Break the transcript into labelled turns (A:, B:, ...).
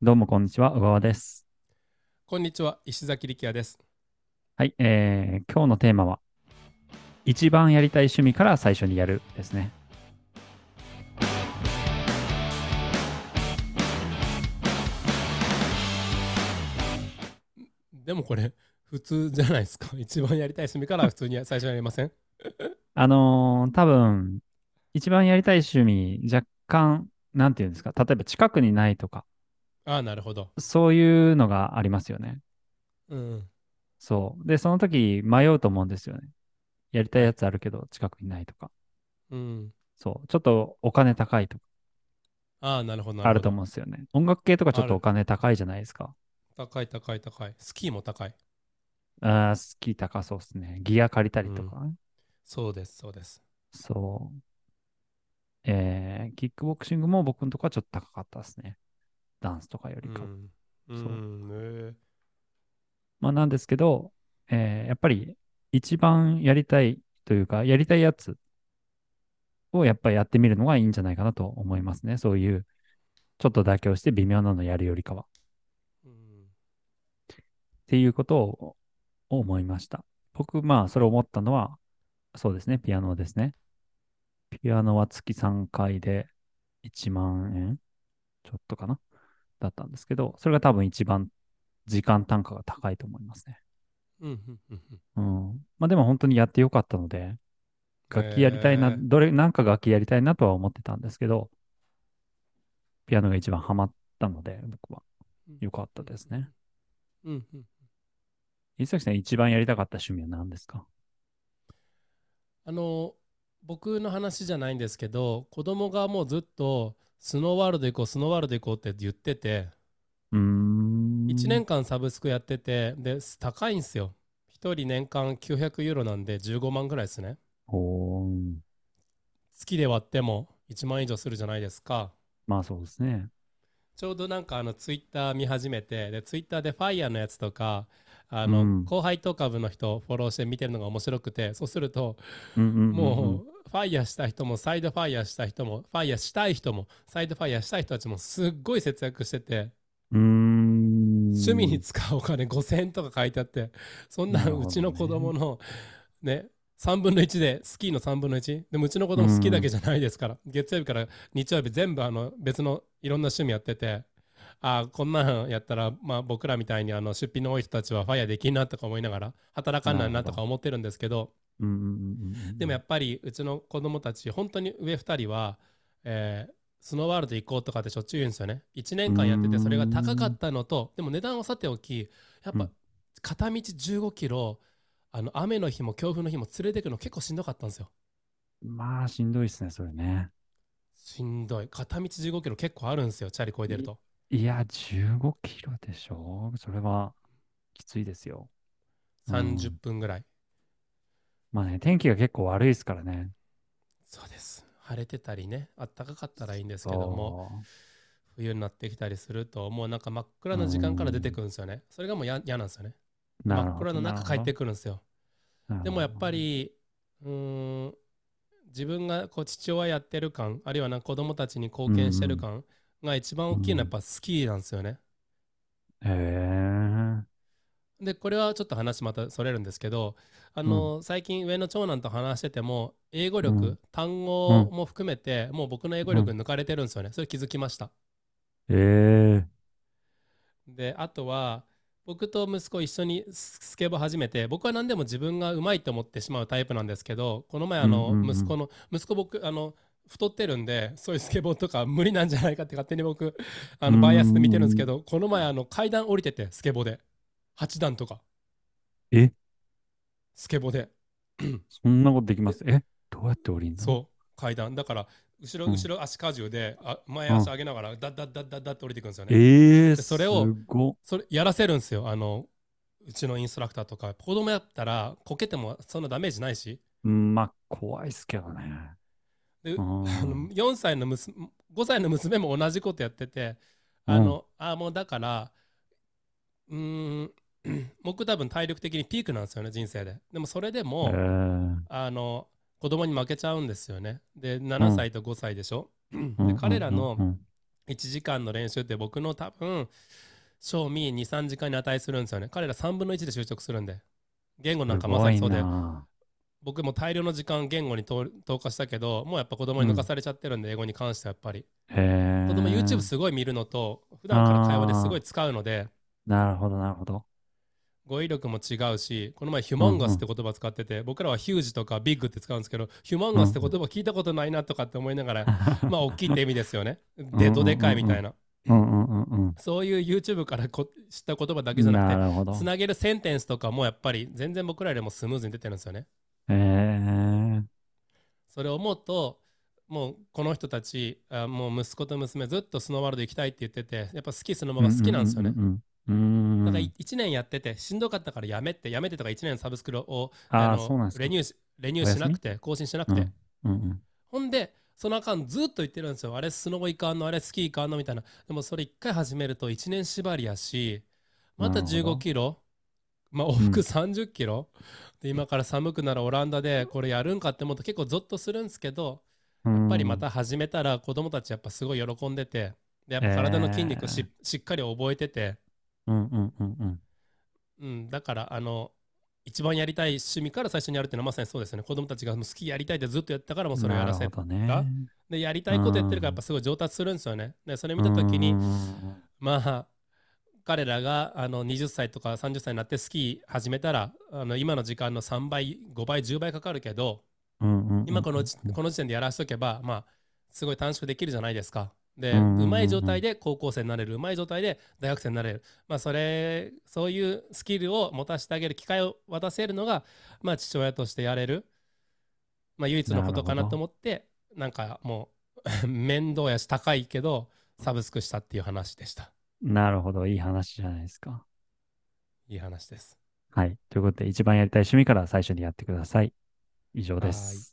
A: どうもこんにちは、小川です。
B: こんにちは、石崎力也です。
A: はい、えー、今日のテーマは、一番やりたい趣味から最初にやるですね。
B: でもこれ、普通じゃないですか。 一番やりたい趣味から普通に最初にやりません
A: あのー、多分、一番やりたい趣味、若干、なんていうんですか、例えば近くにないとか、
B: ああ、なるほど。
A: そういうのがありますよね。
B: うん。
A: そう。で、その時迷うと思うんですよね。やりたいやつあるけど、近くにないとか。
B: うん。
A: そう。ちょっとお金高いとか、
B: ああ、なるほど。
A: あ
B: なる
A: ると
B: ほど。
A: 思うんですよね。音楽系とかちょっ
B: あ
A: と
B: る
A: お金高いじゃないですか。
B: 高い高い高い。スキーも高い。
A: ああ、スキー高そうですね。ギア借りたりとかね。
B: そうです、そうです。
A: そう。えー、キックボクシングも僕のとこはちょっと高かったですね。ダンスとかよ
B: う
A: りか。
B: ん。う。
A: そうん
B: え
A: まあなんですけど、えーやっぱり一番やりたいというか、やりたいやつをやっぱりやってみるのがいいんじゃないかなと思いますね。そういう、ちょっと妥協して微妙なのやるよりかは。っ
B: えうん
A: ていうことをを思いました。僕、まあそれを思ったのは、そうですね、ピアノですね。ピアノは月3回で1万円ちょっとかなだったんですけど、それが多分一番時間単価が高いと思いますね。
B: うん。うん。うんうん
A: うん。まあでも本当にやってよかったので、楽器やりたいな、
B: へー
A: どれ、なんか楽器やりたいなとは思ってたんですけど、ピアノが一番ハマったので、僕はよかったですね。
B: うん。うん。
A: 石崎さん一番やりたかった趣味は何ですか
B: あの僕の話じゃないんですけど子供がもうずっとスノーワールド行こうスノーワールド行こうって言ってて
A: うーん。
B: 1年間サブスクやっててで高いんですよ1人年間900ユーロなんで15万ぐらいですね
A: おー
B: 月で割っても1万以上するじゃないですか
A: まあそうですね。
B: ちょうどなんかあのツイッター見始めてでツイッターでファイヤーのやつとかあの、
A: うん
B: 後輩とか部の人をフォローして見てるのが面白くてそうすると
A: うんうんうんうん
B: もうファイヤーした人もサイドファイヤーした人もファイヤーしたい人もサイドファイヤーしたい人たちもすっごい節約してて
A: うーん。
B: 趣味に使うお金5000円とか書いてあってそんな
A: なるほど
B: ん
A: ね
B: うちの子供のね3分の1でスキーの3分の1でもうちの子供スキーだけじゃないですから月曜日から日曜日全部あの別のいろんな趣味やっててあーこんなんやったらまあ僕らみたいにあの出費の多い人たちはファイヤーできんなとか思いながら働かんないなとか思ってるんですけど
A: うんうんうんうんうん。
B: でもやっぱりうちの子供たち本当に上2人は、えースノーワールド行こうとかってしょっちゅう言うんですよね1年間やっててそれが高かったのとでも値段はさておきやっ
A: う
B: ぱ
A: ん
B: 片道15キロあの雨の日も強風の日も連れてくの結構しんどかったんですよ
A: まあしんどいですね、それね。
B: しんどい片道15キロ結構あるんですよチャリこいでると
A: いや、15キロでしょそれはきついですよ。うん
B: 30分ぐらい
A: まあね、天気が結構悪いですからね。
B: そうです晴れてたりねあったかかったらいいんですけども冬になってきたりするともうなんか真っ暗な時間から出てくるんですよねそれがもうや嫌なんですよね
A: そう。なる
B: 真
A: ほど
B: っ暗の中帰ってくるんですよ
A: なるほど
B: でもやっぱ、りうーん自分がこう父親やってる感あるいはなんか子供たちに貢献してる感が一番大きいのはやっぱスキーなんですよね。
A: へえ。
B: でこれはちょっと話またそれるんですけどあの、最近上の長男と話してても英語力、
A: うん
B: 単語も含めて、もう僕の英語力抜かれてるんですよねそれ気づきました。
A: ええ。
B: であとは僕と息子一緒にススケボー始めて僕は何でも自分がうまいと思ってしまうタイプなんですけどこの前あの、
A: うんうんうん
B: 息子の息子僕あの太ってるんでそういうスケボーとか無理なんじゃないかって勝手に僕あ
A: うんうんう
B: の
A: ん
B: バイアスで見てるんですけどこの前あの階段降りててスケボーで8段とか
A: え、
B: スケボーで
A: そんなことできますえ、どうやって降りんの
B: そう階段だから後ろ
A: うん
B: 後ろ足荷重であ前足上げながらダッダッダッダッダッって降りていくんですよね
A: ええ、
B: でそれを
A: すご。
B: それやらせるんですよあのうちのインストラクターとか子供やったらこけてもそんなダメージないし
A: うんまあ、怖いっすけどね。
B: で
A: う
B: あ
A: ん
B: の4歳の娘5歳の娘も同じことやっててあの、あもうだからうーん 僕多分体力的にピークなんですよね人生ででもそれ
A: え
B: で
A: え
B: も、。あの子供に負けちゃうんですよねで7歳と5歳でしょ、
A: うんうんうんう
B: で
A: ん
B: 彼らの1時間の練習って僕の多分、賞味2、3時間に値するんですよね。彼ら3分の1で就職するんで。言語なんかまさにそうで、
A: な
B: 僕も大量の時間言語に投投下したけど、もうやっぱ子供に抜かされちゃってるんで、英語に関してはやっぱり。
A: あ。へえ。
B: 子供 YouTube すごい見るのと、普段から会話ですごい使うので、
A: なるほど、なるほど。
B: 語彙力も違うし、この前ヒュモンガスって言葉使ってて、僕らはヒュージとかビッグって使うんですけど、ヒュモンガスって言葉聞いたことないなとかって思いな がら、 まあ大きいって意味ですよね。でとでかいみたいな。
A: うんうんうんうん。
B: そういう YouTube からこ知った言葉だけじゃなくて、
A: なるほど。
B: つなげるセンテンスとかもやっぱり全然僕らよりもスムーズに出てるんですよね。
A: へえ。
B: それを思うともうこの人たちあもう息子と娘ずっとスノーワールド行きたいって言っててやっぱ好きスノーマが好きなんですよね。
A: ううんうんうん。
B: だ
A: う
B: から
A: ーん
B: い1年やっててしんどかったからやめてやめてとか1年サブスクを
A: あ
B: あ
A: あ、
B: の
A: そうなんですか
B: レニューしレニューしなくて更新しなくて、
A: うんうん。
B: ほんでその間ずっと言ってるんですよあれスノボいかんのあれスキーいかんのみたいなでもそれ1回始めると1年縛りやしまた
A: なるほど
B: 15キロまあ往復30キロ、で今から寒くなるオランダでこれやるんかって思うと結構ゾッとするんですけど
A: や
B: やっぱりまた始めたら子供たちやっぱすごい喜んでてでやっぱ体の筋肉し,、しっかり覚えてて、
A: うんうんうんうん。
B: うん、だからあの一番やりたい趣味から最初にやるっていうのはまさにそうですよね子供たちがもう好きやりたいってずっとやったからもうそれをやらせ
A: なる
B: て
A: ほどね。
B: でやりたいことやってるからやっぱすごい上達するんですよねでそれ見た時に
A: うんうんうん
B: まあ彼らがあの20歳とか30歳になってスキー始めたらあの今の時間の3倍5倍10倍かかるけど
A: うんうんうん、
B: 今このじこの時点でやらしとけば、まあ、すごい短縮できるじゃないですか。で、
A: う
B: うん
A: うんうんうん
B: まい状態で高校生になれる、うまい状態で大学生になれる、まあ、それ、そういうスキルを持たせてあげる機会を渡せるのが、まあ、父親としてやれる、まあ、唯一のことかなと思って、なんかもう、 面倒やし、高いけど、サブスクしたっていう話でした。
A: なるほど、いい話じゃないですか。
B: いい話です。
A: はい。ということで、一番やりたい趣味から最初にやってください。以上で
B: はーい
A: す。